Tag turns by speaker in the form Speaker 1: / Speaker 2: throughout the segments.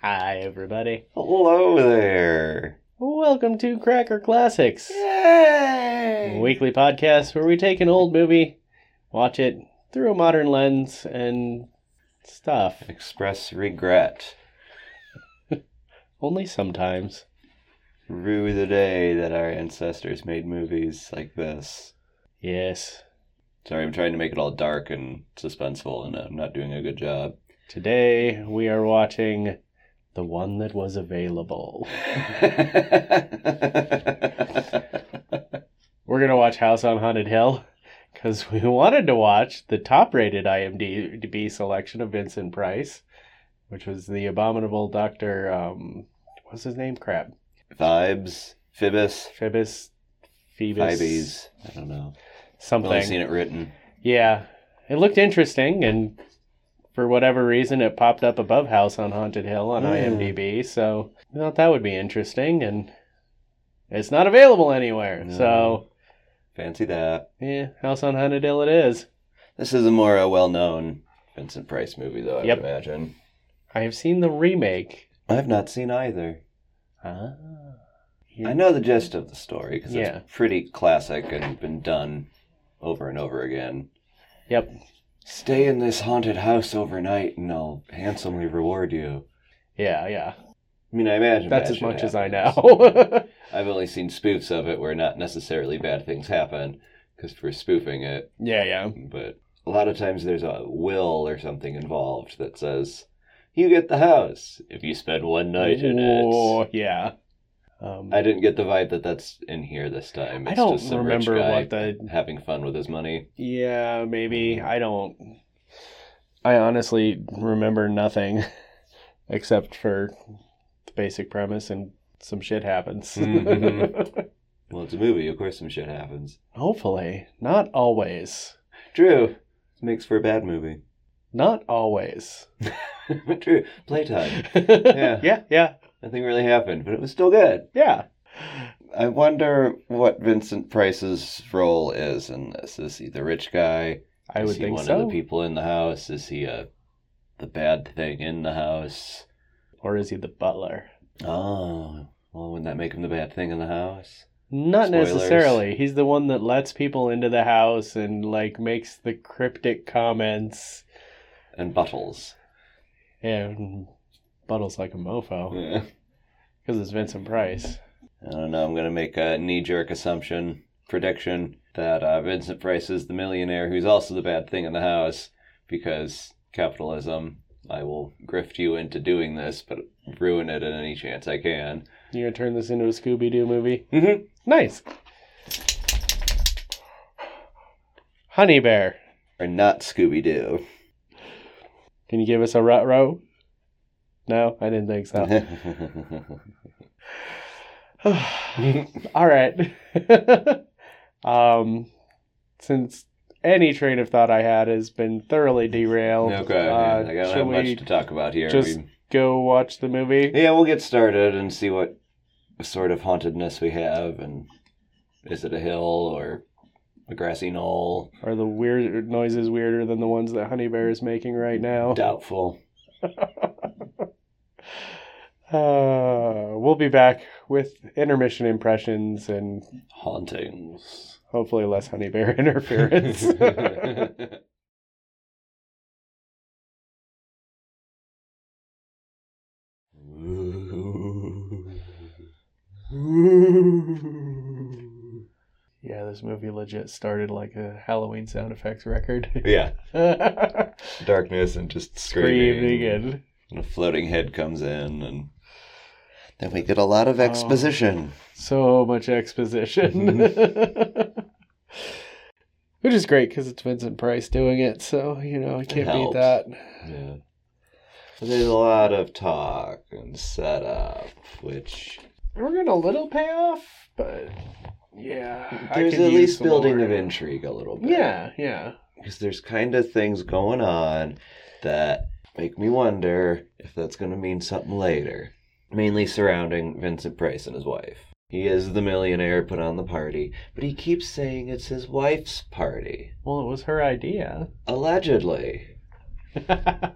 Speaker 1: Hi, everybody.
Speaker 2: Hello there.
Speaker 1: Welcome to Cracker Classics, a
Speaker 2: Yay!
Speaker 1: weekly podcast where we take an old movie, watch it through a modern lens, and stuff.
Speaker 2: Express regret.
Speaker 1: Only sometimes.
Speaker 2: Rue the day that our ancestors made movies like this.
Speaker 1: Yes.
Speaker 2: Sorry, I'm trying to make it all dark and suspenseful, and I'm not doing a good job.
Speaker 1: Today we are watching the one that was available. We're going to watch House on Haunted Hill because we wanted to watch the top rated IMDb selection of Vincent Price, which was the abominable Dr. Um, what's his name? Crap.
Speaker 2: Vibes, Phoebus,
Speaker 1: Phoebus, Phoebus,
Speaker 2: Vibes. I don't know. I've only
Speaker 1: something.
Speaker 2: seen it written.
Speaker 1: Yeah, it looked interesting, and for whatever reason, it popped up above House on Haunted Hill on
Speaker 2: Hmm.
Speaker 1: IMDb. So I thought that would be interesting, and it's not available anywhere.
Speaker 2: No.
Speaker 1: So
Speaker 2: Fancy that.
Speaker 1: yeah, House on Haunted Hill it is.
Speaker 2: This is a more uh, well-known Vincent Price movie, though. I
Speaker 1: Yep.
Speaker 2: would imagine.
Speaker 1: I have seen the remake.
Speaker 2: I have not seen either.
Speaker 1: Ah,
Speaker 2: I know the gist of the story because
Speaker 1: Yeah.
Speaker 2: it's pretty classic and been done over and over again.
Speaker 1: Yep.
Speaker 2: Stay in this haunted house overnight, and I'll handsomely reward you.
Speaker 1: Yeah, yeah.
Speaker 2: I mean, I imagine
Speaker 1: That's
Speaker 2: that
Speaker 1: as
Speaker 2: shit
Speaker 1: much as I
Speaker 2: happens.
Speaker 1: know.
Speaker 2: I've only seen spoofs of it where not necessarily bad things happen because we're spoofing it,
Speaker 1: yeah, yeah.
Speaker 2: but a lot of times there's a will or something involved that says you get the house if you spend one night in it.
Speaker 1: Whoa, yeah. Um,
Speaker 2: I didn't get the vibe that that's in here this time.
Speaker 1: I
Speaker 2: It's
Speaker 1: don't
Speaker 2: just some
Speaker 1: remember
Speaker 2: rich guy
Speaker 1: what the-
Speaker 2: having fun with his money.
Speaker 1: Yeah, maybe. I don't. I honestly remember nothing except for the basic premise and some shit happens.
Speaker 2: Mhm. Well, it's a movie. Of course, some shit happens.
Speaker 1: Hopefully. Not always.
Speaker 2: True. Makes for a bad movie.
Speaker 1: Not always.
Speaker 2: True. Playtime.
Speaker 1: yeah. yeah, yeah,
Speaker 2: Nothing really happened, but it was still good.
Speaker 1: yeah.
Speaker 2: I wonder what Vincent Price's role is in this. Is he the rich guy?
Speaker 1: I
Speaker 2: is
Speaker 1: would
Speaker 2: he
Speaker 1: think
Speaker 2: one
Speaker 1: so.
Speaker 2: of the people in the house? Is he uh, the bad thing in the house?
Speaker 1: Or is he the butler?
Speaker 2: Oh, well, wouldn't that make him the bad thing in the house?
Speaker 1: Not
Speaker 2: Spoilers.
Speaker 1: necessarily. He's the one that lets people into the house and like makes the cryptic comments
Speaker 2: And Buttles.
Speaker 1: and buttles like a mofo.
Speaker 2: Yeah.
Speaker 1: Because it's Vincent Price.
Speaker 2: I don't know. I'm going to make a knee jerk assumption, prediction, that uh, Vincent Price is the millionaire who's also the bad thing in the house because capitalism. I will grift you into doing this, but ruin it at any chance I can.
Speaker 1: You're gonna turn this into a Scooby Doo movie?
Speaker 2: Mm-hmm.
Speaker 1: Nice. Honey Bear.
Speaker 2: Or not Scooby Doo.
Speaker 1: Can you give us a rut row? No, I didn't think so.
Speaker 2: Mm-hmm.
Speaker 1: All right. um, since any train of thought I had has been thoroughly derailed,
Speaker 2: okay,
Speaker 1: uh,
Speaker 2: I don't
Speaker 1: should
Speaker 2: have much
Speaker 1: we
Speaker 2: to talk about here.
Speaker 1: just-
Speaker 2: We-
Speaker 1: go watch the movie?
Speaker 2: yeah, we'll get started and see what sort of hauntedness we have, and is it a hill or a grassy knoll?
Speaker 1: Are the weird noises weirder than the ones that Honey Bear is making right now?
Speaker 2: Doubtful.
Speaker 1: Uh, we'll be back with intermission impressions and
Speaker 2: Hauntings.
Speaker 1: hopefully less honey bear interference. yeah, this movie legit started like a Halloween sound effects record.
Speaker 2: yeah,
Speaker 1: Screaming
Speaker 2: darkness and just
Speaker 1: and
Speaker 2: And a floating head comes in, and then we get a lot of exposition.
Speaker 1: so much exposition. Mm-hmm. Which is great because it's Vincent Price doing it, so you know I can't beat
Speaker 2: helps.
Speaker 1: that.
Speaker 2: Yeah. There's a lot of talk and setup, which
Speaker 1: We're getting a little payoff, but yeah, I
Speaker 2: there's
Speaker 1: could
Speaker 2: at
Speaker 1: use
Speaker 2: least
Speaker 1: some
Speaker 2: building
Speaker 1: more.
Speaker 2: of intrigue a little bit.
Speaker 1: Yeah, yeah.
Speaker 2: because there's kind of things going on that make me wonder if that's going to mean something later. Mainly surrounding Vincent Price and his wife. He is the millionaire put on the party, but he keeps saying it's his wife's party.
Speaker 1: Well, it was her idea.
Speaker 2: Allegedly.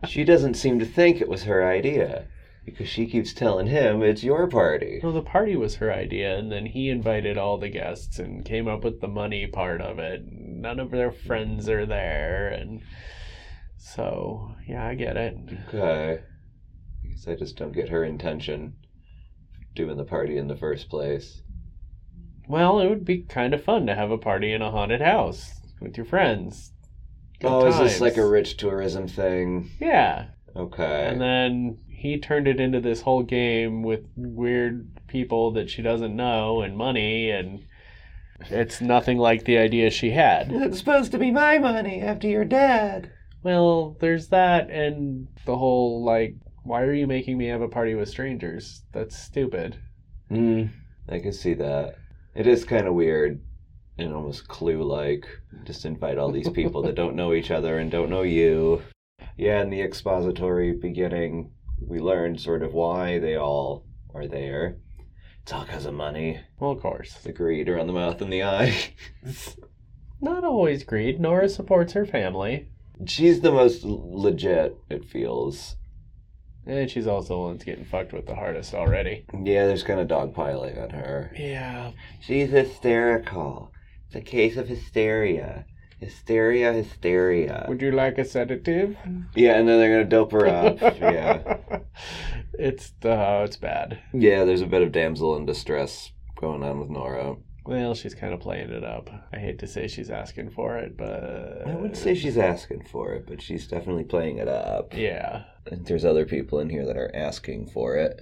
Speaker 2: She doesn't seem to think it was her idea. because she keeps telling him it's your party.
Speaker 1: No, the party was her idea, and then he invited all the guests and came up with the money part of it. None of their friends are there, and so yeah, I get it.
Speaker 2: Okay. I guess I just don't get her intention of doing the party in the first place.
Speaker 1: Well, it would be kind of fun to have a party in a haunted house with your friends. Good
Speaker 2: oh, is this like a
Speaker 1: times.
Speaker 2: rich tourism thing?
Speaker 1: yeah?
Speaker 2: Okay.
Speaker 1: And then he turned it into this whole game with weird people that she doesn't know and money, and it's nothing like the idea she had.
Speaker 2: It's supposed to be my money after your dad.
Speaker 1: Well, there's that and the whole like why are you making me have a party with strangers? That's stupid.
Speaker 2: Mm, I can see that. It is kind of weird and almost clue like. Just invite all these people that don't know each other and don't know you. Yeah, in the expository beginning, we learned sort of why they all are there. It's all because of money.
Speaker 1: Well, of course.
Speaker 2: The greed around the mouth and the eye.
Speaker 1: Not always greed. Nora supports her family,
Speaker 2: She's the most l- legit, it feels.
Speaker 1: and she's also the one that's getting fucked with the hardest already.
Speaker 2: Yeah, there's kind of dogpiling on her.
Speaker 1: Yeah.
Speaker 2: She's hysterical. It's a case of hysteria. Hysteria, hysteria.
Speaker 1: Would you like a sedative?
Speaker 2: Yeah, and then they're gonna dope her up. yeah.
Speaker 1: It's uh, it's bad.
Speaker 2: Yeah, there's a bit of damsel in distress going on with Nora.
Speaker 1: Well, she's kind of playing it up. I hate to say she's asking for it, but
Speaker 2: I wouldn't say she's asking for it, but she's definitely playing it up.
Speaker 1: Yeah.
Speaker 2: I think there's other people in here that are asking for it.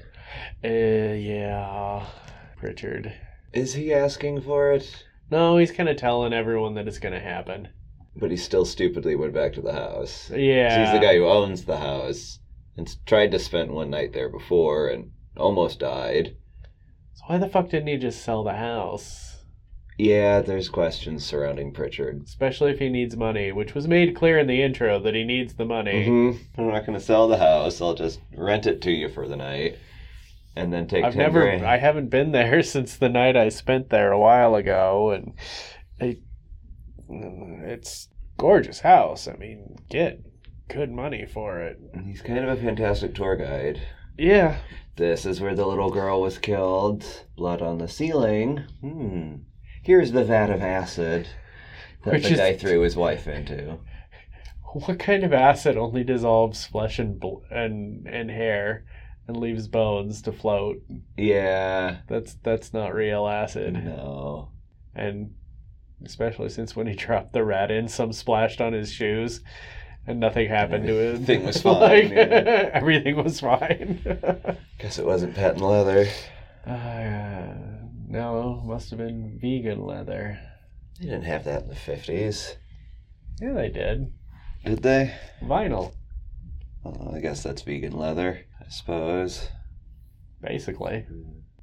Speaker 1: Uh, yeah. Pritchard.
Speaker 2: Is he asking for it?
Speaker 1: No, he's kind of telling everyone that it's going to happen.
Speaker 2: But he still stupidly went back to the house.
Speaker 1: Yeah.
Speaker 2: He's the guy who owns the house and s- tried to spend one night there before and almost died.
Speaker 1: So why the fuck didn't he just sell the house?
Speaker 2: Yeah, there's questions surrounding Pritchard.
Speaker 1: Especially if he needs money, which was made clear in the intro that he needs the money.
Speaker 2: hmm I'm not going to sell the house. I'll just rent it to you for the night, and then take.
Speaker 1: I've
Speaker 2: 10
Speaker 1: never,
Speaker 2: grand.
Speaker 1: I haven't been there since the night I spent there a while ago, and I, it's gorgeous house. I mean, get good money for it.
Speaker 2: He's kind of a fantastic tour guide.
Speaker 1: Yeah,
Speaker 2: This is where the little girl was killed. Blood on the ceiling. Hmm. Here's the vat of acid that
Speaker 1: Which
Speaker 2: the
Speaker 1: is-
Speaker 2: guy threw his wife into.
Speaker 1: what kind of acid only dissolves flesh and bl- and and hair and leaves bones to float?
Speaker 2: Yeah.
Speaker 1: That's that's not real acid.
Speaker 2: No.
Speaker 1: and especially since when he dropped the rat in, some splashed on his shoes, and nothing happened to it.
Speaker 2: Everything was fine, yeah.
Speaker 1: Everything was fine.
Speaker 2: Guess it wasn't patent leather.
Speaker 1: uh, no, must have been vegan leather.
Speaker 2: They didn't have that in the fifties,
Speaker 1: Yeah, they did
Speaker 2: did they?
Speaker 1: vinyl,
Speaker 2: Oh, I guess that's vegan leather. I suppose.
Speaker 1: basically.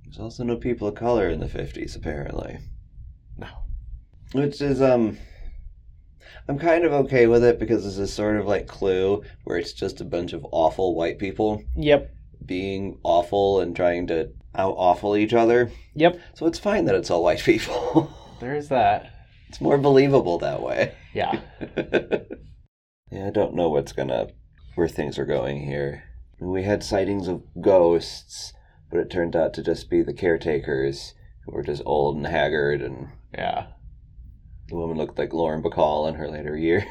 Speaker 2: There's also no people of color in the 50s, apparently.
Speaker 1: No.
Speaker 2: Which is, um, I'm kind of okay with it because this is sort of like Clue, where it's just a bunch of awful white people
Speaker 1: Yep.
Speaker 2: being awful and trying to out awful each other.
Speaker 1: Yep.
Speaker 2: So it's fine that it's all white people.
Speaker 1: There's that.
Speaker 2: it's more believable that way.
Speaker 1: Yeah.
Speaker 2: yeah, I don't know what's gonna where things are going here. We had sightings of ghosts, but it turned out to just be the caretakers who were just old and haggard, and
Speaker 1: Yeah.
Speaker 2: the woman looked like Lauren Bacall in her later year.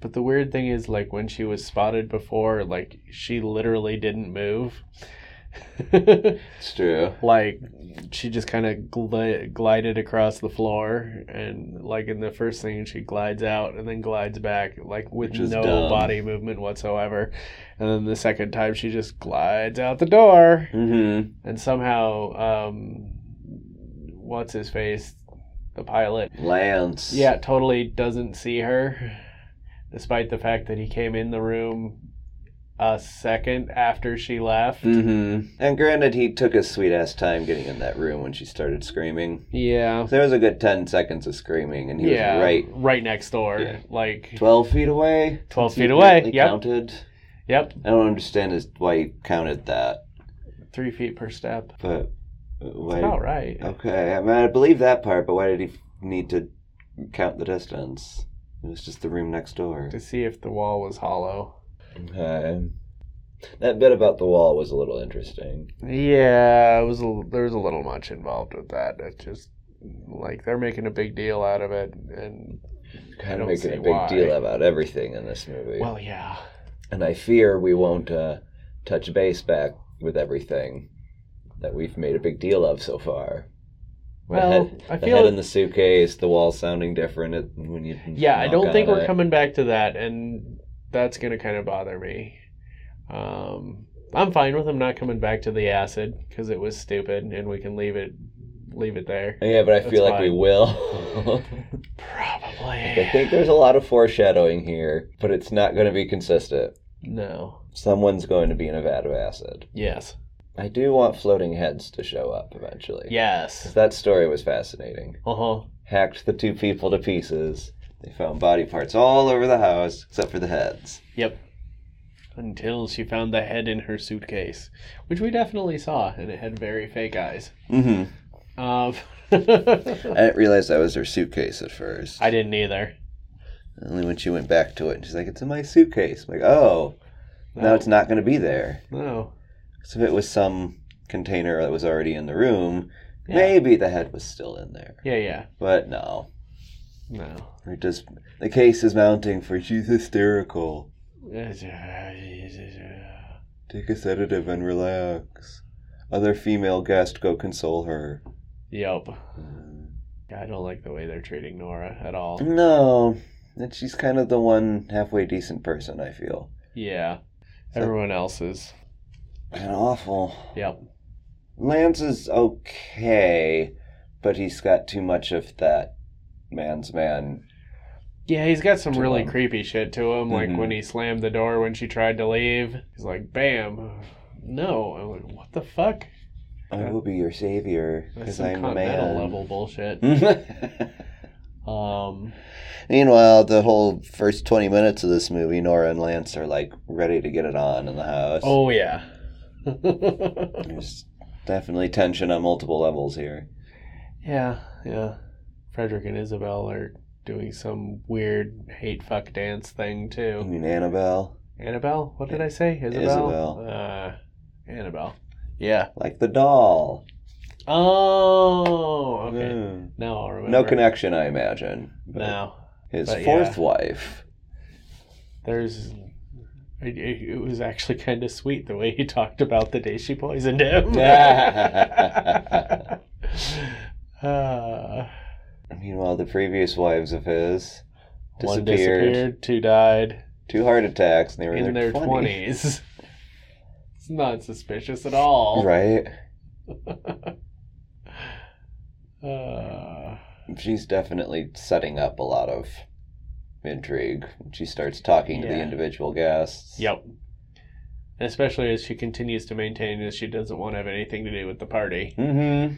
Speaker 1: But the weird thing is, like, when she was spotted before, like, she literally didn't move.
Speaker 2: It's true.
Speaker 1: like she just kind of gl- glided across the floor and like in the first thing she glides out and then glides back like with
Speaker 2: Which is
Speaker 1: no
Speaker 2: dumb.
Speaker 1: body movement whatsoever and then the second time she just glides out the door
Speaker 2: Mm-hmm.
Speaker 1: and somehow um what's his face the pilot
Speaker 2: Lance.
Speaker 1: yeah totally doesn't see her despite the fact that he came in the room a second after she left
Speaker 2: Mm-hmm. And granted, he took his sweet ass time getting in that room when she started screaming.
Speaker 1: yeah
Speaker 2: There was a good ten seconds of screaming, and he
Speaker 1: yeah,
Speaker 2: was right
Speaker 1: next door.
Speaker 2: Yeah.
Speaker 1: Like
Speaker 2: twelve feet away.
Speaker 1: 12 feet away.
Speaker 2: He
Speaker 1: Yep.
Speaker 2: Counted.
Speaker 1: Yep.
Speaker 2: I don't understand is why he counted that,
Speaker 1: Three feet per step.
Speaker 2: but uh,
Speaker 1: It's
Speaker 2: why?
Speaker 1: about right.
Speaker 2: Okay, I mean, I believe that part, but why did he f- need to count the distance? It was just the room next door.
Speaker 1: To see if the wall was hollow.
Speaker 2: Okay. That bit about the wall was a little interesting.
Speaker 1: Yeah, it was a, there was a little much involved with that. It's just like they're making a big deal out of it, and I don't
Speaker 2: Kind of making
Speaker 1: see
Speaker 2: a big
Speaker 1: why.
Speaker 2: deal about everything in this movie.
Speaker 1: well, yeah,
Speaker 2: and I fear we won't uh, touch base back with everything that we've made a big deal of so far. The
Speaker 1: Well,
Speaker 2: head-
Speaker 1: I
Speaker 2: the
Speaker 1: feel
Speaker 2: head
Speaker 1: it-
Speaker 2: in the suitcase, the wall sounding different it- when you.
Speaker 1: yeah. I
Speaker 2: knock
Speaker 1: don't
Speaker 2: on
Speaker 1: think we're
Speaker 2: it.
Speaker 1: coming back to that, and that's gonna kind of bother me. Um, I'm fine with them not coming back to the acid because it was stupid, and we can leave it leave it there.
Speaker 2: Yeah, but I feel
Speaker 1: That's
Speaker 2: like we
Speaker 1: fine.
Speaker 2: will. I
Speaker 1: Probably
Speaker 2: think there's a lot of foreshadowing here, but it's not going to be consistent.
Speaker 1: no.
Speaker 2: Someone's going to be in a vat of acid.
Speaker 1: Yes.
Speaker 2: I do want floating heads to show up eventually.
Speaker 1: Yes.
Speaker 2: That story was fascinating.
Speaker 1: Uh huh.
Speaker 2: Hacked the two people to pieces. They found body parts all over the house, except for the heads.
Speaker 1: Yep. Until she found the head in her suitcase, which we definitely saw, and it had very fake eyes.
Speaker 2: Mm-hmm.
Speaker 1: Um,
Speaker 2: I didn't realize that was her suitcase at first.
Speaker 1: I didn't either.
Speaker 2: Only when she went back to it, and she's like, "It's in my suitcase." I'm like, oh, now it's not going to be there.
Speaker 1: No.
Speaker 2: So if it was some container that was already in the room,
Speaker 1: Yeah.
Speaker 2: maybe the head was still in there.
Speaker 1: Yeah, yeah.
Speaker 2: But no,
Speaker 1: No.
Speaker 2: we're just the case is mounting for she's hysterical.
Speaker 1: uh,
Speaker 2: Take a sedative and relax. Other female guest go console her.
Speaker 1: Yup. I don't like the way they're treating Nora at all.
Speaker 2: Mm-hmm. No, and she's kind of the one halfway decent person. I feel
Speaker 1: Yeah. Everyone else is.
Speaker 2: and awful.
Speaker 1: Yep.
Speaker 2: Lance is okay, but he's got too much of that man's man.
Speaker 1: Yeah, he's got some
Speaker 2: To
Speaker 1: really
Speaker 2: him.
Speaker 1: creepy shit to him. Like
Speaker 2: Mhm.
Speaker 1: when he slammed the door when she tried to leave, he's like, bam. No. I'm like, what the fuck?
Speaker 2: I will be your savior
Speaker 1: That's
Speaker 2: because
Speaker 1: some
Speaker 2: I'm a
Speaker 1: continental
Speaker 2: man. Hmm?
Speaker 1: level bullshit. Um,
Speaker 2: Meanwhile, the whole first 20 minutes of this movie, Nora and Lance are like ready to get it on in the house.
Speaker 1: oh yeah.
Speaker 2: There's definitely tension on multiple levels here.
Speaker 1: yeah, yeah. Frederick and Isabel are doing some weird hate fuck dance thing
Speaker 2: I
Speaker 1: too.
Speaker 2: mean, Annabelle,
Speaker 1: Annabelle, what did I say? Isabel.
Speaker 2: Isabel.
Speaker 1: Uh, Annabelle. Yeah.
Speaker 2: like the doll.
Speaker 1: Oh, okay.
Speaker 2: Mm.
Speaker 1: Now I'll remember.
Speaker 2: No connection, I imagine. but
Speaker 1: Now
Speaker 2: His
Speaker 1: but
Speaker 2: fourth
Speaker 1: yeah.
Speaker 2: wife.
Speaker 1: there's. It, it it was actually kind of sweet the way he talked about the day she poisoned him. uh,
Speaker 2: Meanwhile, the previous wives of his
Speaker 1: One
Speaker 2: disappeared.
Speaker 1: disappeared, two died
Speaker 2: two heart attacks and they were
Speaker 1: in their twenties. It's not suspicious at all.
Speaker 2: Right.
Speaker 1: Uh,
Speaker 2: She's definitely setting up a lot of intrigue. She starts talking to the
Speaker 1: Yeah.
Speaker 2: individual guests.
Speaker 1: yep. And especially as she continues to maintain that she doesn't want to have anything to do with the party.
Speaker 2: Mm-hmm.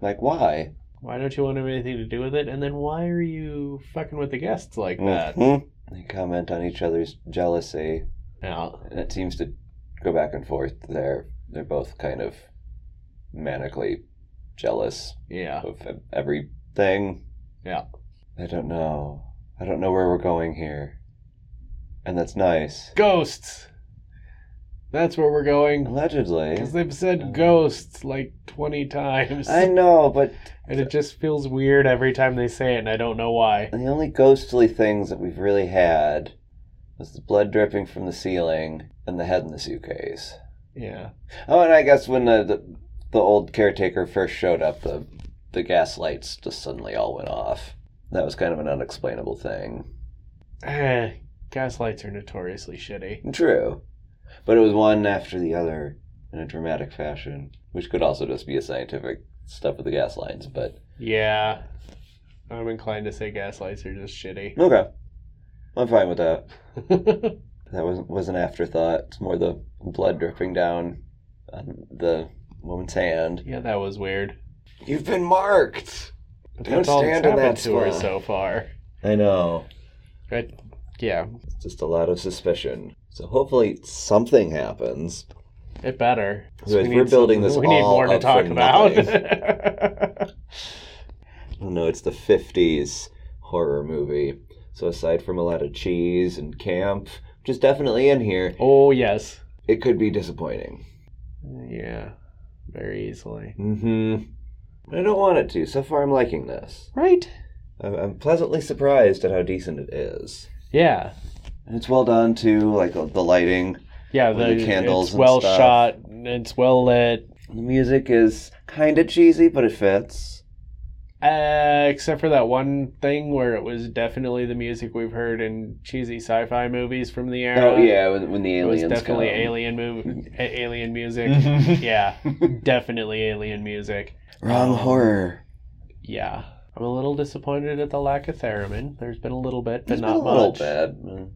Speaker 2: Like why?
Speaker 1: Why don't you want to have anything to do with it? And then why are you fucking with the guests like that?
Speaker 2: Mhm. They comment on each other's jealousy.
Speaker 1: Yeah.
Speaker 2: And it seems to go back and forth there. They're both kind of manically jealous
Speaker 1: Yeah.
Speaker 2: of e- everything.
Speaker 1: Yeah.
Speaker 2: I don't know. I don't know where we're going here. And that's nice.
Speaker 1: Ghosts. That's where we're going.
Speaker 2: Allegedly.
Speaker 1: Because they've said ghosts like 20 times.
Speaker 2: I know, but
Speaker 1: And it just feels weird every time they say it, and I don't know why.
Speaker 2: the only ghostly things that we've really had was the blood dripping from the ceiling and the head in the suitcase.
Speaker 1: Yeah.
Speaker 2: Oh, and I guess when the the, the old caretaker first showed up, the the gas lights just suddenly all went off. That was kind of an unexplainable thing.
Speaker 1: Eh, gaslights are notoriously shitty.
Speaker 2: True, but it was one after the other in a dramatic fashion, which could also just be a scientific stuff with the gas lines. But
Speaker 1: Yeah. I'm inclined to say gaslights are just shitty.
Speaker 2: okay, I'm fine with that. That was was an afterthought. It's more the blood dripping down on the woman's hand.
Speaker 1: yeah, that was weird.
Speaker 2: You've been marked.
Speaker 1: But
Speaker 2: Don't
Speaker 1: that's all that's
Speaker 2: stand in
Speaker 1: happened
Speaker 2: that
Speaker 1: to her
Speaker 2: spot.
Speaker 1: so far.
Speaker 2: I know.
Speaker 1: But, yeah,
Speaker 2: It's just a lot of suspicion. So hopefully something happens.
Speaker 1: it better.
Speaker 2: Otherwise, we're building this
Speaker 1: We need
Speaker 2: all
Speaker 1: more to
Speaker 2: up
Speaker 1: talk
Speaker 2: from
Speaker 1: about.
Speaker 2: nothing. Oh no, it's the '50s horror movie. So aside from a lot of cheese and camp, which is definitely in here,
Speaker 1: oh, yes.
Speaker 2: it could be disappointing.
Speaker 1: Yeah, very easily.
Speaker 2: Mm-hmm. I don't want it to. So far, I'm liking this.
Speaker 1: Right?
Speaker 2: I'm, I'm pleasantly surprised at how decent it is.
Speaker 1: Yeah.
Speaker 2: And it's well done too, like uh, the lighting.
Speaker 1: Yeah,
Speaker 2: With the candles
Speaker 1: it's
Speaker 2: and
Speaker 1: well
Speaker 2: stuff.
Speaker 1: shot, it's well lit.
Speaker 2: The music is kind of cheesy, but it fits.
Speaker 1: Uh, except for that one thing where it was definitely the music we've heard in cheesy sci-fi movies from the era.
Speaker 2: Oh yeah, when, when the
Speaker 1: It was
Speaker 2: aliens
Speaker 1: definitely
Speaker 2: come.
Speaker 1: alien mov- a- alien music.
Speaker 2: Mhm.
Speaker 1: yeah, definitely alien music.
Speaker 2: Wrong horror.
Speaker 1: Yeah. I'm a little disappointed at the lack of theremin. There's been a little bit, but
Speaker 2: There's
Speaker 1: not
Speaker 2: been a little
Speaker 1: much.
Speaker 2: bad.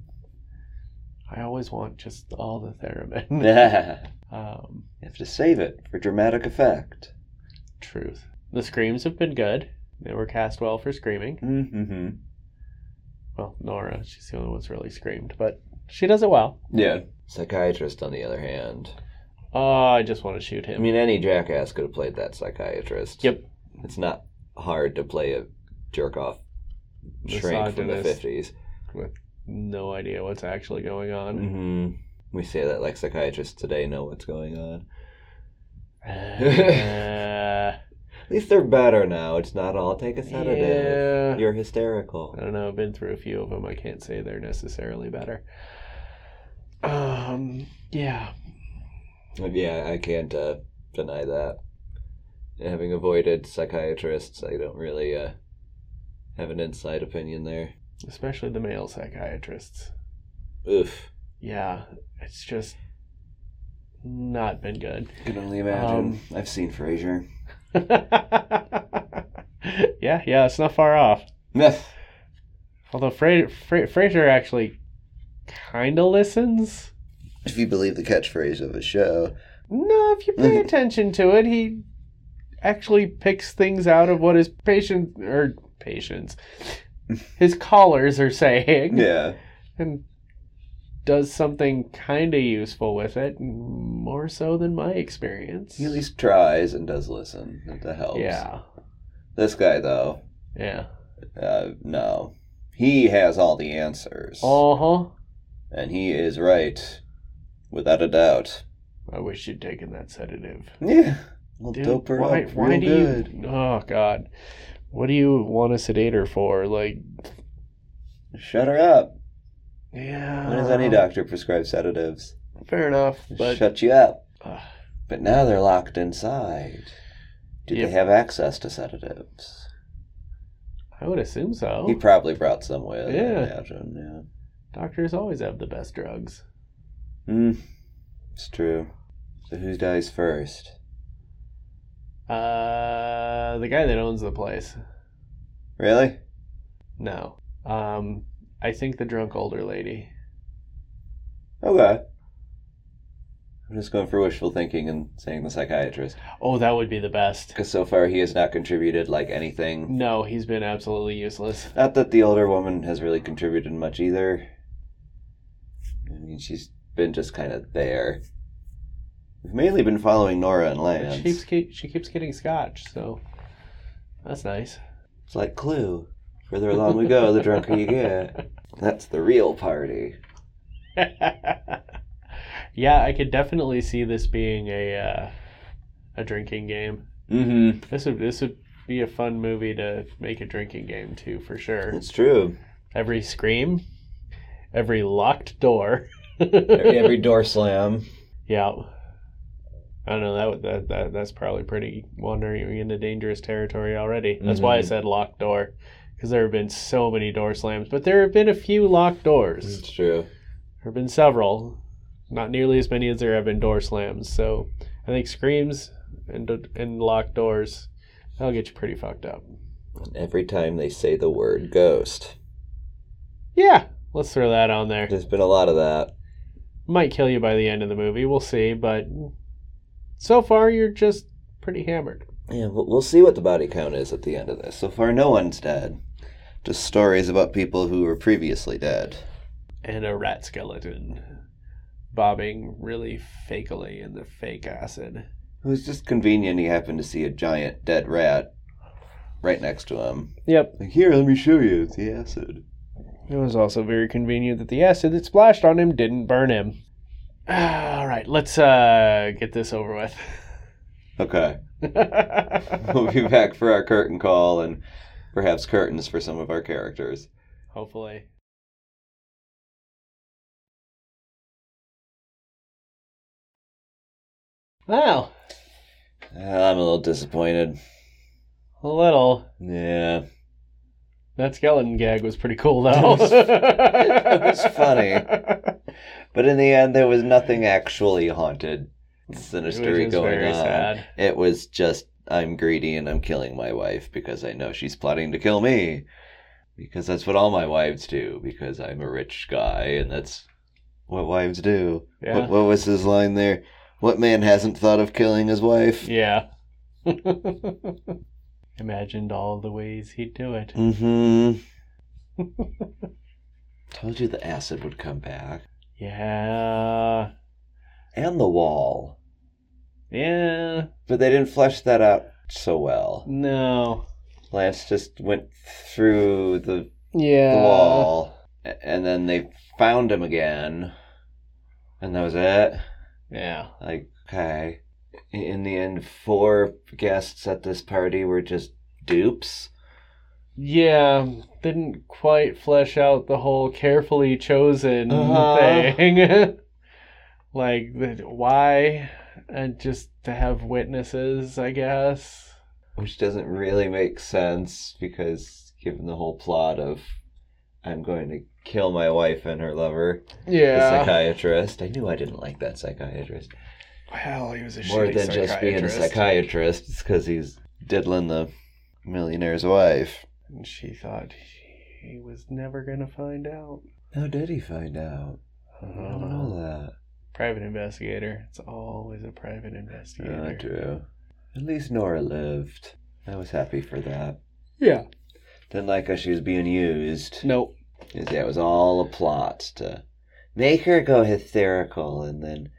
Speaker 1: I always want just all the theremin.
Speaker 2: Yeah,
Speaker 1: um,
Speaker 2: you have to save it for dramatic effect.
Speaker 1: truth. The screams have been good. They were cast well for screaming.
Speaker 2: Mm-hmm.
Speaker 1: Well, Nora, she's the only one that's really screamed, but she does it well.
Speaker 2: Yeah. Psychiatrist, on the other hand.
Speaker 1: Oh, I just want to shoot
Speaker 2: I
Speaker 1: him.
Speaker 2: mean, any jackass could have played that psychiatrist.
Speaker 1: Yep.
Speaker 2: It's not hard to play a jerk off shrink from the
Speaker 1: Misogynist.
Speaker 2: 50s.
Speaker 1: No idea what's actually going on.
Speaker 2: hmm We say that like psychiatrists today know what's going on.
Speaker 1: Uh,
Speaker 2: At least they're better now. It's not all take a sedative.
Speaker 1: yeah.
Speaker 2: You're hysterical.
Speaker 1: I don't know. I've been through a few of them. I can't say they're necessarily better. Um. Yeah.
Speaker 2: Yeah, I can't uh, deny that. Having avoided psychiatrists, I don't really uh, have an inside opinion there.
Speaker 1: Especially the male psychiatrists.
Speaker 2: Oof.
Speaker 1: Yeah. It's just not been good.
Speaker 2: Can only
Speaker 1: imagine.
Speaker 2: I've seen Frasier.
Speaker 1: yeah. Yeah. It's not far off. Although Fra- Fra- Frasier actually kind of listens.
Speaker 2: If you believe the catchphrase of a show.
Speaker 1: No, if you pay
Speaker 2: Mhm.
Speaker 1: attention to it, he actually picks things out of what his patient or patients, his callers are saying,
Speaker 2: Yeah.
Speaker 1: and does something kind of useful with it, more so than my experience.
Speaker 2: He at least tries and does listen. and That helps.
Speaker 1: yeah,
Speaker 2: This guy, though,
Speaker 1: yeah.
Speaker 2: uh, no. He has all the answers.
Speaker 1: Uh huh.
Speaker 2: And he is right. Without a doubt.
Speaker 1: I wish you'd taken that sedative.
Speaker 2: Yeah. Well,
Speaker 1: Dude,
Speaker 2: dope her
Speaker 1: why,
Speaker 2: up real
Speaker 1: why do
Speaker 2: good.
Speaker 1: you? Oh God, what do you want a sedator for? Like,
Speaker 2: Shut her up.
Speaker 1: yeah.
Speaker 2: When does any doctor prescribe sedatives?
Speaker 1: Fair enough, Um, but
Speaker 2: Shut you up.
Speaker 1: Ugh.
Speaker 2: But now they're locked inside. Do
Speaker 1: Yep.
Speaker 2: they have access to sedatives?
Speaker 1: I would assume so.
Speaker 2: He probably brought some with. I
Speaker 1: Oh. Yeah.
Speaker 2: imagine,
Speaker 1: Doctors always have the best drugs.
Speaker 2: yeah. Mm, it's true. So who dies first?
Speaker 1: Uh, the guy that owns the place.
Speaker 2: Really?
Speaker 1: No. Um, I think the drunk older lady.
Speaker 2: Okay. I'm just going for wishful thinking and saying the psychiatrist.
Speaker 1: Oh, that would be the best.
Speaker 2: Because so far he has not contributed, like, anything.
Speaker 1: No, he's been absolutely useless.
Speaker 2: Not that the older woman has really contributed much either. I mean, she's been just kind of there. We've mainly been following Nora and
Speaker 1: But She
Speaker 2: Lance.
Speaker 1: keeps ke- she keeps getting scotch, so that's nice.
Speaker 2: It's like Clue. Further along we go, the drunker you get. That's the real party.
Speaker 1: yeah, I could definitely see this being a uh, a drinking game.
Speaker 2: Mm-hmm.
Speaker 1: This would this would be a fun movie to make a drinking game too, for sure.
Speaker 2: It's true.
Speaker 1: every scream, every locked door.
Speaker 2: Every, every door slam.
Speaker 1: yeah. I don't know. That, would- that that that's probably pretty wandering into dangerous territory already. That's why I
Speaker 2: Mhm.
Speaker 1: said locked door, because there have been so many door slams, but there have been a few locked doors.
Speaker 2: It's true.
Speaker 1: There have been several, not nearly as many as there have been door slams. So I think screams and and locked doors, that'll get you pretty fucked up.
Speaker 2: And every time they say the word ghost.
Speaker 1: Yeah, let's throw that on there.
Speaker 2: There's been a lot of that.
Speaker 1: might kill you by the end of the movie. We'll see, but so far you're just pretty hammered.
Speaker 2: Yeah, we'll we'll see what the body count is at the end of this. So far, no one's dead. Just stories about people who were previously dead.
Speaker 1: And a rat skeleton bobbing really fakely in the fake acid.
Speaker 2: It was just convenient he happened to see a giant dead rat right next to him.
Speaker 1: Yep.
Speaker 2: Like, here, let me show you. It's the acid.
Speaker 1: It was also very convenient that the acid that splashed on him didn't burn him. All right, let's uh, get this over with.
Speaker 2: Okay. We'll be back for our curtain call and perhaps curtains for some of our characters.
Speaker 1: Hopefully. Well,
Speaker 2: Uh, I'm a little disappointed.
Speaker 1: a little.
Speaker 2: Yeah.
Speaker 1: That skeleton gag was pretty cool,
Speaker 2: It
Speaker 1: though.
Speaker 2: was- it was funny. But in the end, there was nothing actually haunted, sinister
Speaker 1: Which is
Speaker 2: going
Speaker 1: very
Speaker 2: on.
Speaker 1: sad.
Speaker 2: It was just, I'm greedy and I'm killing my wife because I know she's plotting to kill me. Because that's what all my wives do, because I'm a rich guy and that's what wives do.
Speaker 1: Yeah.
Speaker 2: What, what was his line there? What man hasn't thought of killing his wife?
Speaker 1: Yeah. Imagined all the ways he'd do it.
Speaker 2: Mm hmm. Told you the acid would come back.
Speaker 1: Yeah.
Speaker 2: And the wall.
Speaker 1: Yeah.
Speaker 2: But they didn't flesh that out so well.
Speaker 1: No.
Speaker 2: Lance just went through the, the
Speaker 1: Yeah.
Speaker 2: wall, a- and then they found him again, and that was it.
Speaker 1: Yeah.
Speaker 2: Like, okay. I- In the end, four guests at this party were just dupes.
Speaker 1: Yeah. Didn't quite flesh out the whole carefully chosen
Speaker 2: Uh-huh.
Speaker 1: thing. like, the- why? And just to have witnesses, I guess.
Speaker 2: which doesn't really make sense because given the whole plot of I'm going to kill my wife and her lover, the
Speaker 1: Yeah.
Speaker 2: psychiatrist. I knew I didn't like that psychiatrist.
Speaker 1: Well, he was a
Speaker 2: More
Speaker 1: shitty
Speaker 2: than just being a
Speaker 1: psychiatrist.
Speaker 2: psychiatrist, it's because he's diddling the millionaire's wife.
Speaker 1: And she thought he was never going to find out. Um,
Speaker 2: How did he find out? I don't
Speaker 1: Oh,
Speaker 2: know that.
Speaker 1: Private investigator. It's always a private
Speaker 2: Not
Speaker 1: investigator.
Speaker 2: true. At least Nora lived. I was happy for that.
Speaker 1: Yeah.
Speaker 2: Didn't like how she was being used.
Speaker 1: Nope.
Speaker 2: Is that it was all a plot to make her go hysterical and then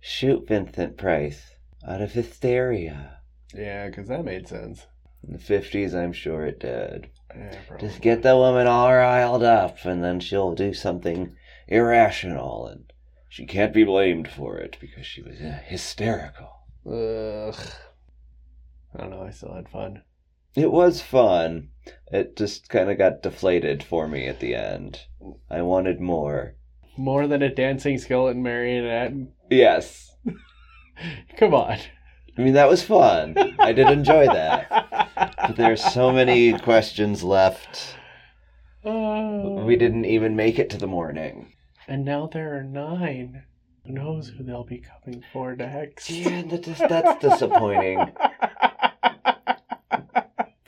Speaker 2: shoot Vincent Price out of hysteria.
Speaker 1: Yeah, because that made sense.
Speaker 2: In the 50s, I'm sure it did.
Speaker 1: Yeah,
Speaker 2: Just get the woman all riled up and then she'll do something irrational and she can't be blamed for it because she was uh, hysterical.
Speaker 1: Ugh. I don't know. I still had fun.
Speaker 2: It was fun. It just kind of got deflated for me at the end. I wanted more.
Speaker 1: More than a dancing skeleton marionette.
Speaker 2: Yes.
Speaker 1: Come on.
Speaker 2: I mean, that was fun. I did enjoy that. But there's so many questions left.
Speaker 1: Oh.
Speaker 2: We didn't even make it to the morning.
Speaker 1: And now there are nine. Who knows who they'll be coming for next?
Speaker 2: Yeah, that is, that's disappointing.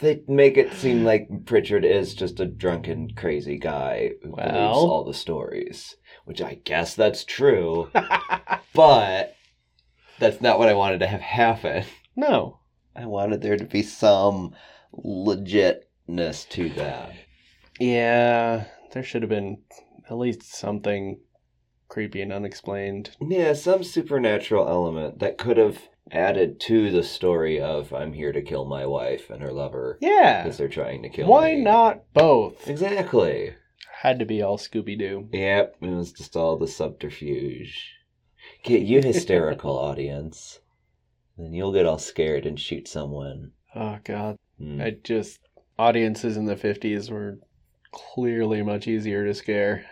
Speaker 2: They make it seem like Pritchard is just a drunken, crazy guy who believes
Speaker 1: Well.
Speaker 2: all the stories, which I guess that's true, but that's not what I wanted to have happen.
Speaker 1: no.
Speaker 2: I wanted there to be some legitness to that.
Speaker 1: Yeah, there should have been at least something creepy and unexplained.
Speaker 2: Yeah, some supernatural element that could have added to the story of I'm here to kill my wife and her lover
Speaker 1: Yeah.
Speaker 2: because they're trying to kill
Speaker 1: Why
Speaker 2: me.
Speaker 1: not both?
Speaker 2: Exactly.
Speaker 1: Had to be all Scooby Doo.
Speaker 2: Yep, it was just all the subterfuge. Get you hysterical, audience. Then you'll get all scared and shoot someone.
Speaker 1: Oh, God.
Speaker 2: Hmm.
Speaker 1: I just. Audiences in the 50s were clearly much easier to scare.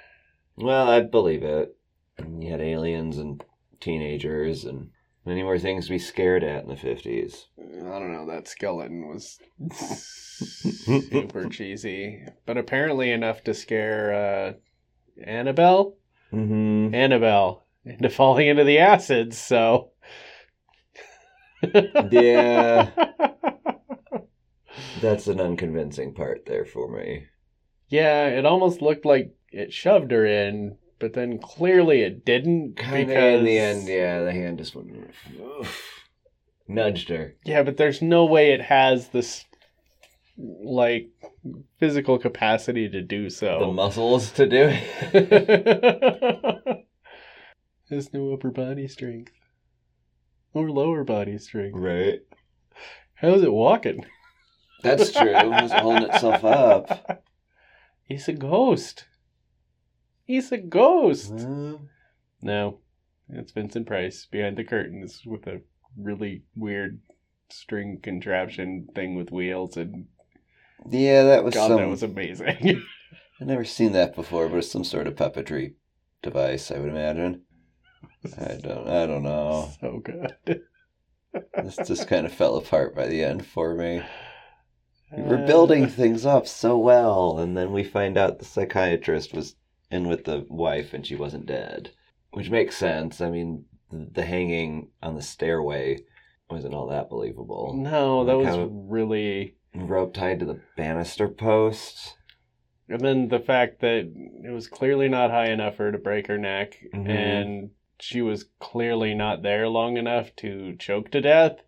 Speaker 2: Well, I believe it. And you had aliens and teenagers and many more things to be scared at in the 50s.
Speaker 1: I don't know, that skeleton was super cheesy, but apparently enough to scare uh, Annabelle?
Speaker 2: Mm-hmm.
Speaker 1: Annabelle into falling into the acids, so.
Speaker 2: Yeah. That's an unconvincing part there for me.
Speaker 1: Yeah, it almost looked like it shoved her in, but then clearly it didn't
Speaker 2: Kind of
Speaker 1: because
Speaker 2: in the end, yeah, the hand just went oof, nudged her.
Speaker 1: Yeah, but there's no way it has this like physical capacity to do
Speaker 2: The
Speaker 1: so.
Speaker 2: muscles to do it.
Speaker 1: Has no upper body strength or lower body strength.
Speaker 2: right.
Speaker 1: How's it walking?
Speaker 2: That's true. It was holding itself up.
Speaker 1: He's a ghost. He's a ghost.
Speaker 2: Well,
Speaker 1: No, It's Vincent Price behind the curtains with a really weird string contraption thing with wheels, and
Speaker 2: Yeah, that was
Speaker 1: God,
Speaker 2: some.
Speaker 1: that was amazing.
Speaker 2: I've never seen that before, but it's some sort of puppetry device, I would imagine. I don't. I don't know.
Speaker 1: So good.
Speaker 2: this just kind of fell apart by the end for me. We were building things up so well, and then we find out the psychiatrist was in with the wife and she wasn't dead. Which makes sense. I mean, the hanging on the stairway wasn't all that believable.
Speaker 1: Uh, No, that
Speaker 2: Like
Speaker 1: was
Speaker 2: how-
Speaker 1: really.
Speaker 2: Rope tied to the banister post.
Speaker 1: And then the fact that it was clearly not high enough for her to break her neck,
Speaker 2: Mhm.
Speaker 1: and she was clearly not there long enough to choke to death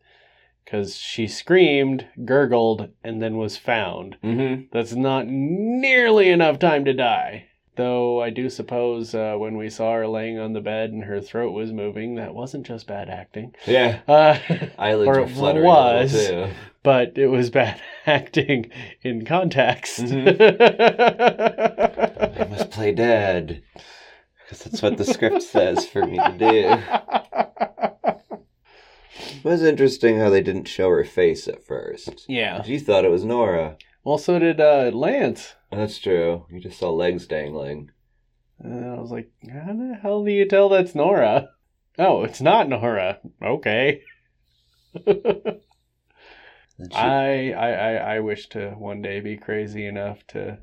Speaker 1: because she screamed, gurgled, and then was found.
Speaker 2: Mm-hmm.
Speaker 1: That's not nearly enough time to die. Though I do suppose uh, when we saw her laying on the bed and her throat was moving, that wasn't just bad acting.
Speaker 2: Yeah.
Speaker 1: Uh,
Speaker 2: Eyelids
Speaker 1: Or
Speaker 2: were
Speaker 1: it
Speaker 2: fluttering
Speaker 1: was.
Speaker 2: a little too.
Speaker 1: but it was bad acting in context.
Speaker 2: I must play dead. Because that's what the script says for me to do. It was interesting how they didn't show her face at first.
Speaker 1: yeah.
Speaker 2: She thought it was Nora.
Speaker 1: Well, so did uh, Lance.
Speaker 2: That's true. You just saw legs dangling.
Speaker 1: And I was like, how the hell do you tell that's Nora? Oh, it's not Nora. Okay.
Speaker 2: And she-
Speaker 1: I, I I I wish to one day be crazy enough to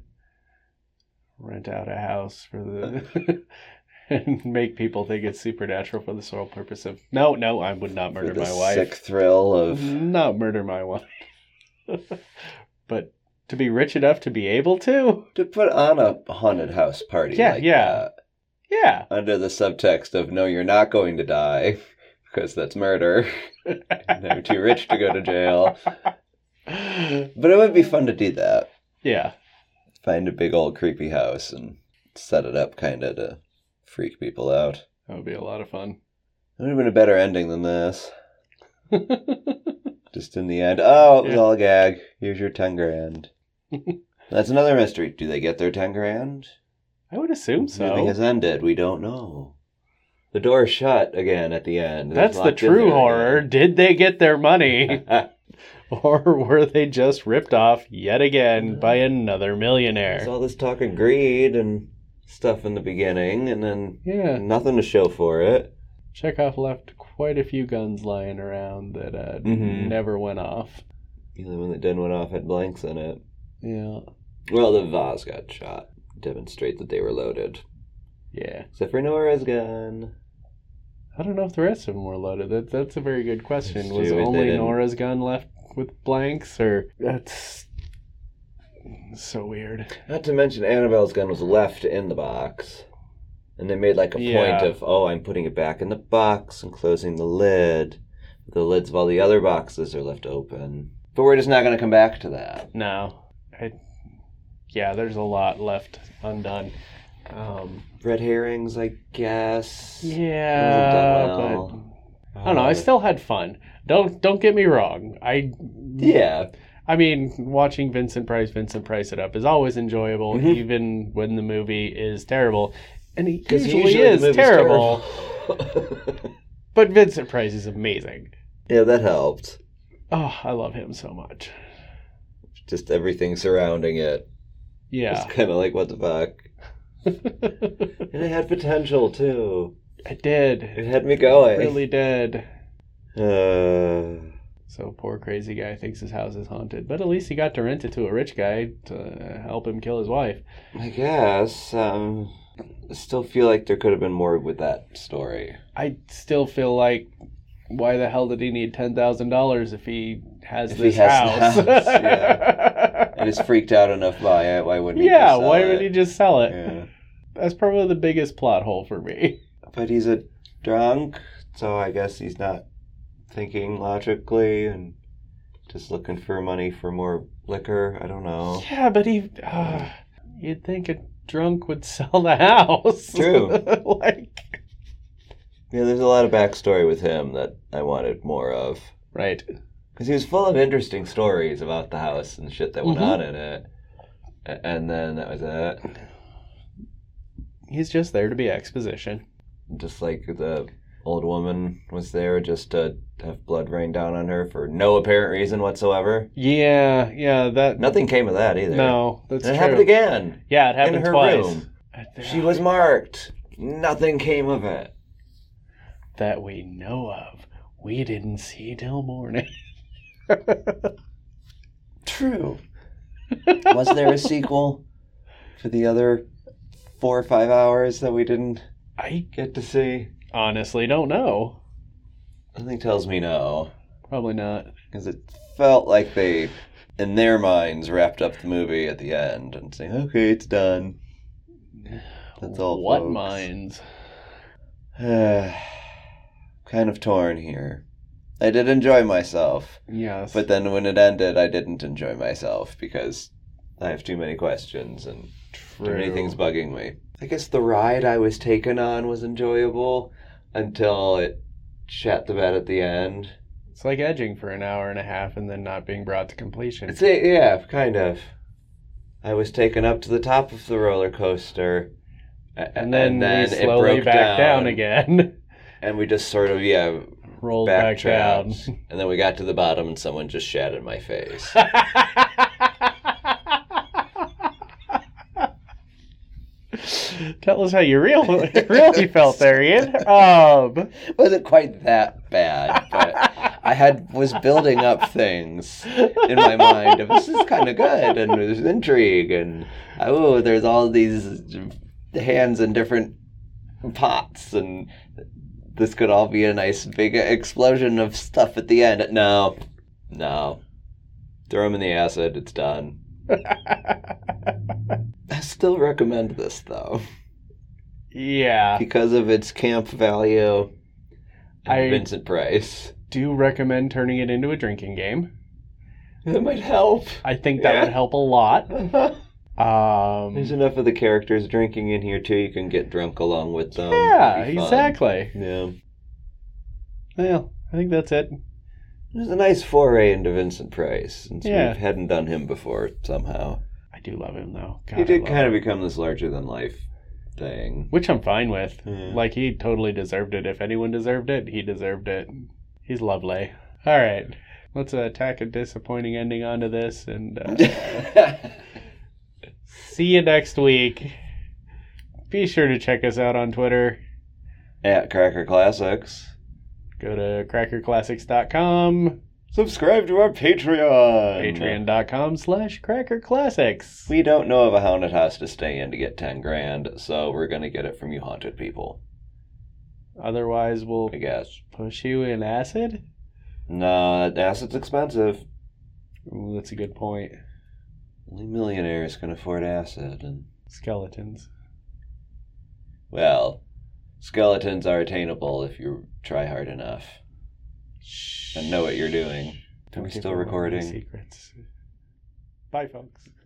Speaker 1: rent out a house for the and make people think it's supernatural for the sole purpose of no no I would not
Speaker 2: for
Speaker 1: murder
Speaker 2: the
Speaker 1: my wife Mm-hmm.
Speaker 2: Sick thrill of
Speaker 1: not murder my wife but to be rich enough to be able to
Speaker 2: to put on a haunted house party.
Speaker 1: Yeah,
Speaker 2: like
Speaker 1: yeah.
Speaker 2: that,
Speaker 1: yeah
Speaker 2: under the subtext of no, you're not going to die because that's murder. and they're too rich to go to jail. But it would be fun to do that.
Speaker 1: yeah
Speaker 2: Find a big old creepy house and set it up kind of to freak people out.
Speaker 1: that would be a lot of fun
Speaker 2: It would have been a better ending than this. Just in the end, oh, it was
Speaker 1: Yeah.
Speaker 2: all a gag. Here's your ten grand. That's another mystery. Do they get their ten grand?
Speaker 1: I would assume
Speaker 2: Everything
Speaker 1: so
Speaker 2: has ended. We don't know. The door is shut again at the end. There's
Speaker 1: that's the
Speaker 2: locked in there
Speaker 1: true
Speaker 2: again.
Speaker 1: horror did they get their money Or were they just ripped off yet again by another
Speaker 2: There's
Speaker 1: millionaire?
Speaker 2: all this talk of greed and stuff in the beginning, and then
Speaker 1: Yeah,
Speaker 2: nothing to show for it.
Speaker 1: Chekhov left quite a few guns lying around that uh,
Speaker 2: Mhm.
Speaker 1: never went off.
Speaker 2: The only one that didn't went off had blanks in it.
Speaker 1: Yeah,
Speaker 2: Well, the vase got shot. Demonstrate that they were loaded.
Speaker 1: yeah.
Speaker 2: Except for Nora's gun.
Speaker 1: I don't know if the rest of them were loaded. That that's a very good question.
Speaker 2: That's
Speaker 1: Was
Speaker 2: true, they
Speaker 1: only
Speaker 2: didn't-
Speaker 1: Nora's gun left with blanks, or that's so weird?
Speaker 2: Not to mention Annabelle's gun was left in the box. And they made like a
Speaker 1: Yeah.
Speaker 2: point of, oh, I'm putting it back in the box and closing the lid. The lids of all the other boxes are left open. But we're just not going to come back to that.
Speaker 1: No, I, yeah. There's a lot left undone. Um,
Speaker 2: Red herrings, I guess.
Speaker 1: yeah,
Speaker 2: well.
Speaker 1: but. I don't know. I
Speaker 2: Uh,
Speaker 1: still had fun. Don't don't get me wrong. I
Speaker 2: Yeah.
Speaker 1: I mean, watching Vincent Price, Vincent Price it up is always enjoyable,
Speaker 2: Mhm.
Speaker 1: even when the movie is terrible, and it
Speaker 2: 'cause
Speaker 1: usually,
Speaker 2: the
Speaker 1: is
Speaker 2: movie's
Speaker 1: terrible,
Speaker 2: terrible.
Speaker 1: But Vincent Price is amazing.
Speaker 2: yeah, that helped.
Speaker 1: Oh, I love him so much.
Speaker 2: Just everything surrounding it.
Speaker 1: Yeah,
Speaker 2: It's kind of like, what the fuck? And it had potential, too.
Speaker 1: I did.
Speaker 2: It had me going.
Speaker 1: Really did.
Speaker 2: Uh,
Speaker 1: So poor crazy guy thinks his house is haunted, but at least he got to rent it to a rich guy to help him kill his wife.
Speaker 2: I guess. Um, I still feel like there could have been more with that story.
Speaker 1: I still feel like why the hell did he need ten thousand dollars if he has
Speaker 2: If he
Speaker 1: this
Speaker 2: has
Speaker 1: house?
Speaker 2: the house, I just freaked out enough by it. Why wouldn't he? just
Speaker 1: yeah,
Speaker 2: sell
Speaker 1: why
Speaker 2: it?
Speaker 1: would he just sell it?
Speaker 2: Yeah.
Speaker 1: That's probably the biggest plot hole for me.
Speaker 2: But he's a drunk, so I guess he's not thinking logically and just looking for money for more liquor. I don't know.
Speaker 1: Yeah, but he uh, you'd think a drunk would sell the house.
Speaker 2: True.
Speaker 1: like
Speaker 2: Yeah, there's a lot of backstory with him that I wanted more of.
Speaker 1: Right.
Speaker 2: Because he was full of interesting stories about the house and shit that went
Speaker 1: Mhm.
Speaker 2: on in it. A- And then that was it.
Speaker 1: He's just there to be exposition.
Speaker 2: Just like the old woman was there just to have blood rain down on her for no apparent reason whatsoever.
Speaker 1: Yeah, yeah, that.
Speaker 2: Nothing came of that either.
Speaker 1: No, that's
Speaker 2: And it
Speaker 1: true.
Speaker 2: happened again
Speaker 1: Yeah, it happened
Speaker 2: in her
Speaker 1: twice.
Speaker 2: room.
Speaker 1: I think-
Speaker 2: She was marked. Nothing came of it.
Speaker 1: that we know of. We didn't see till morning.
Speaker 2: True. was there a sequel for the other four or five hours that we didn't
Speaker 1: I
Speaker 2: get to see?
Speaker 1: honestly don't know.
Speaker 2: Nothing tells me no,
Speaker 1: Probably not.
Speaker 2: because it felt like they, in their minds, wrapped up the movie at the end and saying, "Okay, it's done." That's all.
Speaker 1: What
Speaker 2: folks.
Speaker 1: minds?
Speaker 2: kind of torn here. I did enjoy myself,
Speaker 1: Yes.
Speaker 2: but then when it ended, I didn't enjoy myself because I have too many questions and
Speaker 1: True.
Speaker 2: Anything's bugging me. I guess the ride I was taken on was enjoyable until it shat the bed at the end.
Speaker 1: It's like edging for an hour and a half and then not being brought to completion.
Speaker 2: It's a, yeah, kind of. I was taken up to the top of the roller coaster, a-
Speaker 1: and then, we slowly back down. again.
Speaker 2: and we just sort of yeah
Speaker 1: Rolled back down.
Speaker 2: backtracked, and then we got to the bottom, and someone just shat in my face.
Speaker 1: Tell us how you real, really felt there, Ian. Um,
Speaker 2: wasn't quite that bad, but I had was building up things in my mind of this is kind of good and there's intrigue and oh there's all these hands in different pots and this could all be a nice big explosion of stuff at the end. No, no, throw them in the acid. It's done. I still recommend this though
Speaker 1: yeah,
Speaker 2: because of its camp value. And
Speaker 1: I-
Speaker 2: Vincent Price.
Speaker 1: do recommend turning it into a drinking game.
Speaker 2: That might help.
Speaker 1: I think that
Speaker 2: Yeah.
Speaker 1: would help a lot.
Speaker 2: There's
Speaker 1: Um,
Speaker 2: enough of the characters drinking in here too. You can get drunk along with them.
Speaker 1: yeah,
Speaker 2: It'd be fun.
Speaker 1: exactly.
Speaker 2: Yeah,
Speaker 1: Well, I think that's it.
Speaker 2: it was a nice foray into Vincent Price, since
Speaker 1: Yeah.
Speaker 2: we hadn't done him before somehow.
Speaker 1: I do love him though. God,
Speaker 2: he
Speaker 1: I
Speaker 2: did
Speaker 1: love
Speaker 2: kind
Speaker 1: him.
Speaker 2: of become this larger than life thing.
Speaker 1: which I'm fine with.
Speaker 2: Yeah.
Speaker 1: Like he totally deserved it. If anyone deserved it, he deserved it. He's lovely. All right, let's uh, tack a disappointing ending onto this, and uh, see you next week. Be sure to check us out on Twitter.
Speaker 2: At Cracker Classics,
Speaker 1: Go to crackerclassics.com,
Speaker 2: subscribe to our Patreon.
Speaker 1: patreon.com slash crackerclassics.
Speaker 2: We don't know of a haunted house to stay in to get ten grand, so we're gonna get it from you haunted people,
Speaker 1: Otherwise, we'll
Speaker 2: I guess.
Speaker 1: push you in acid.
Speaker 2: No, that acid's expensive.
Speaker 1: Ooh, that's a good point.
Speaker 2: Only millionaires can afford acid, and
Speaker 1: Skeletons.
Speaker 2: well, skeletons are attainable if you try hard enough and know what you're doing. Are we
Speaker 1: Don't give
Speaker 2: still
Speaker 1: away any
Speaker 2: recording?
Speaker 1: Secrets. Bye, folks.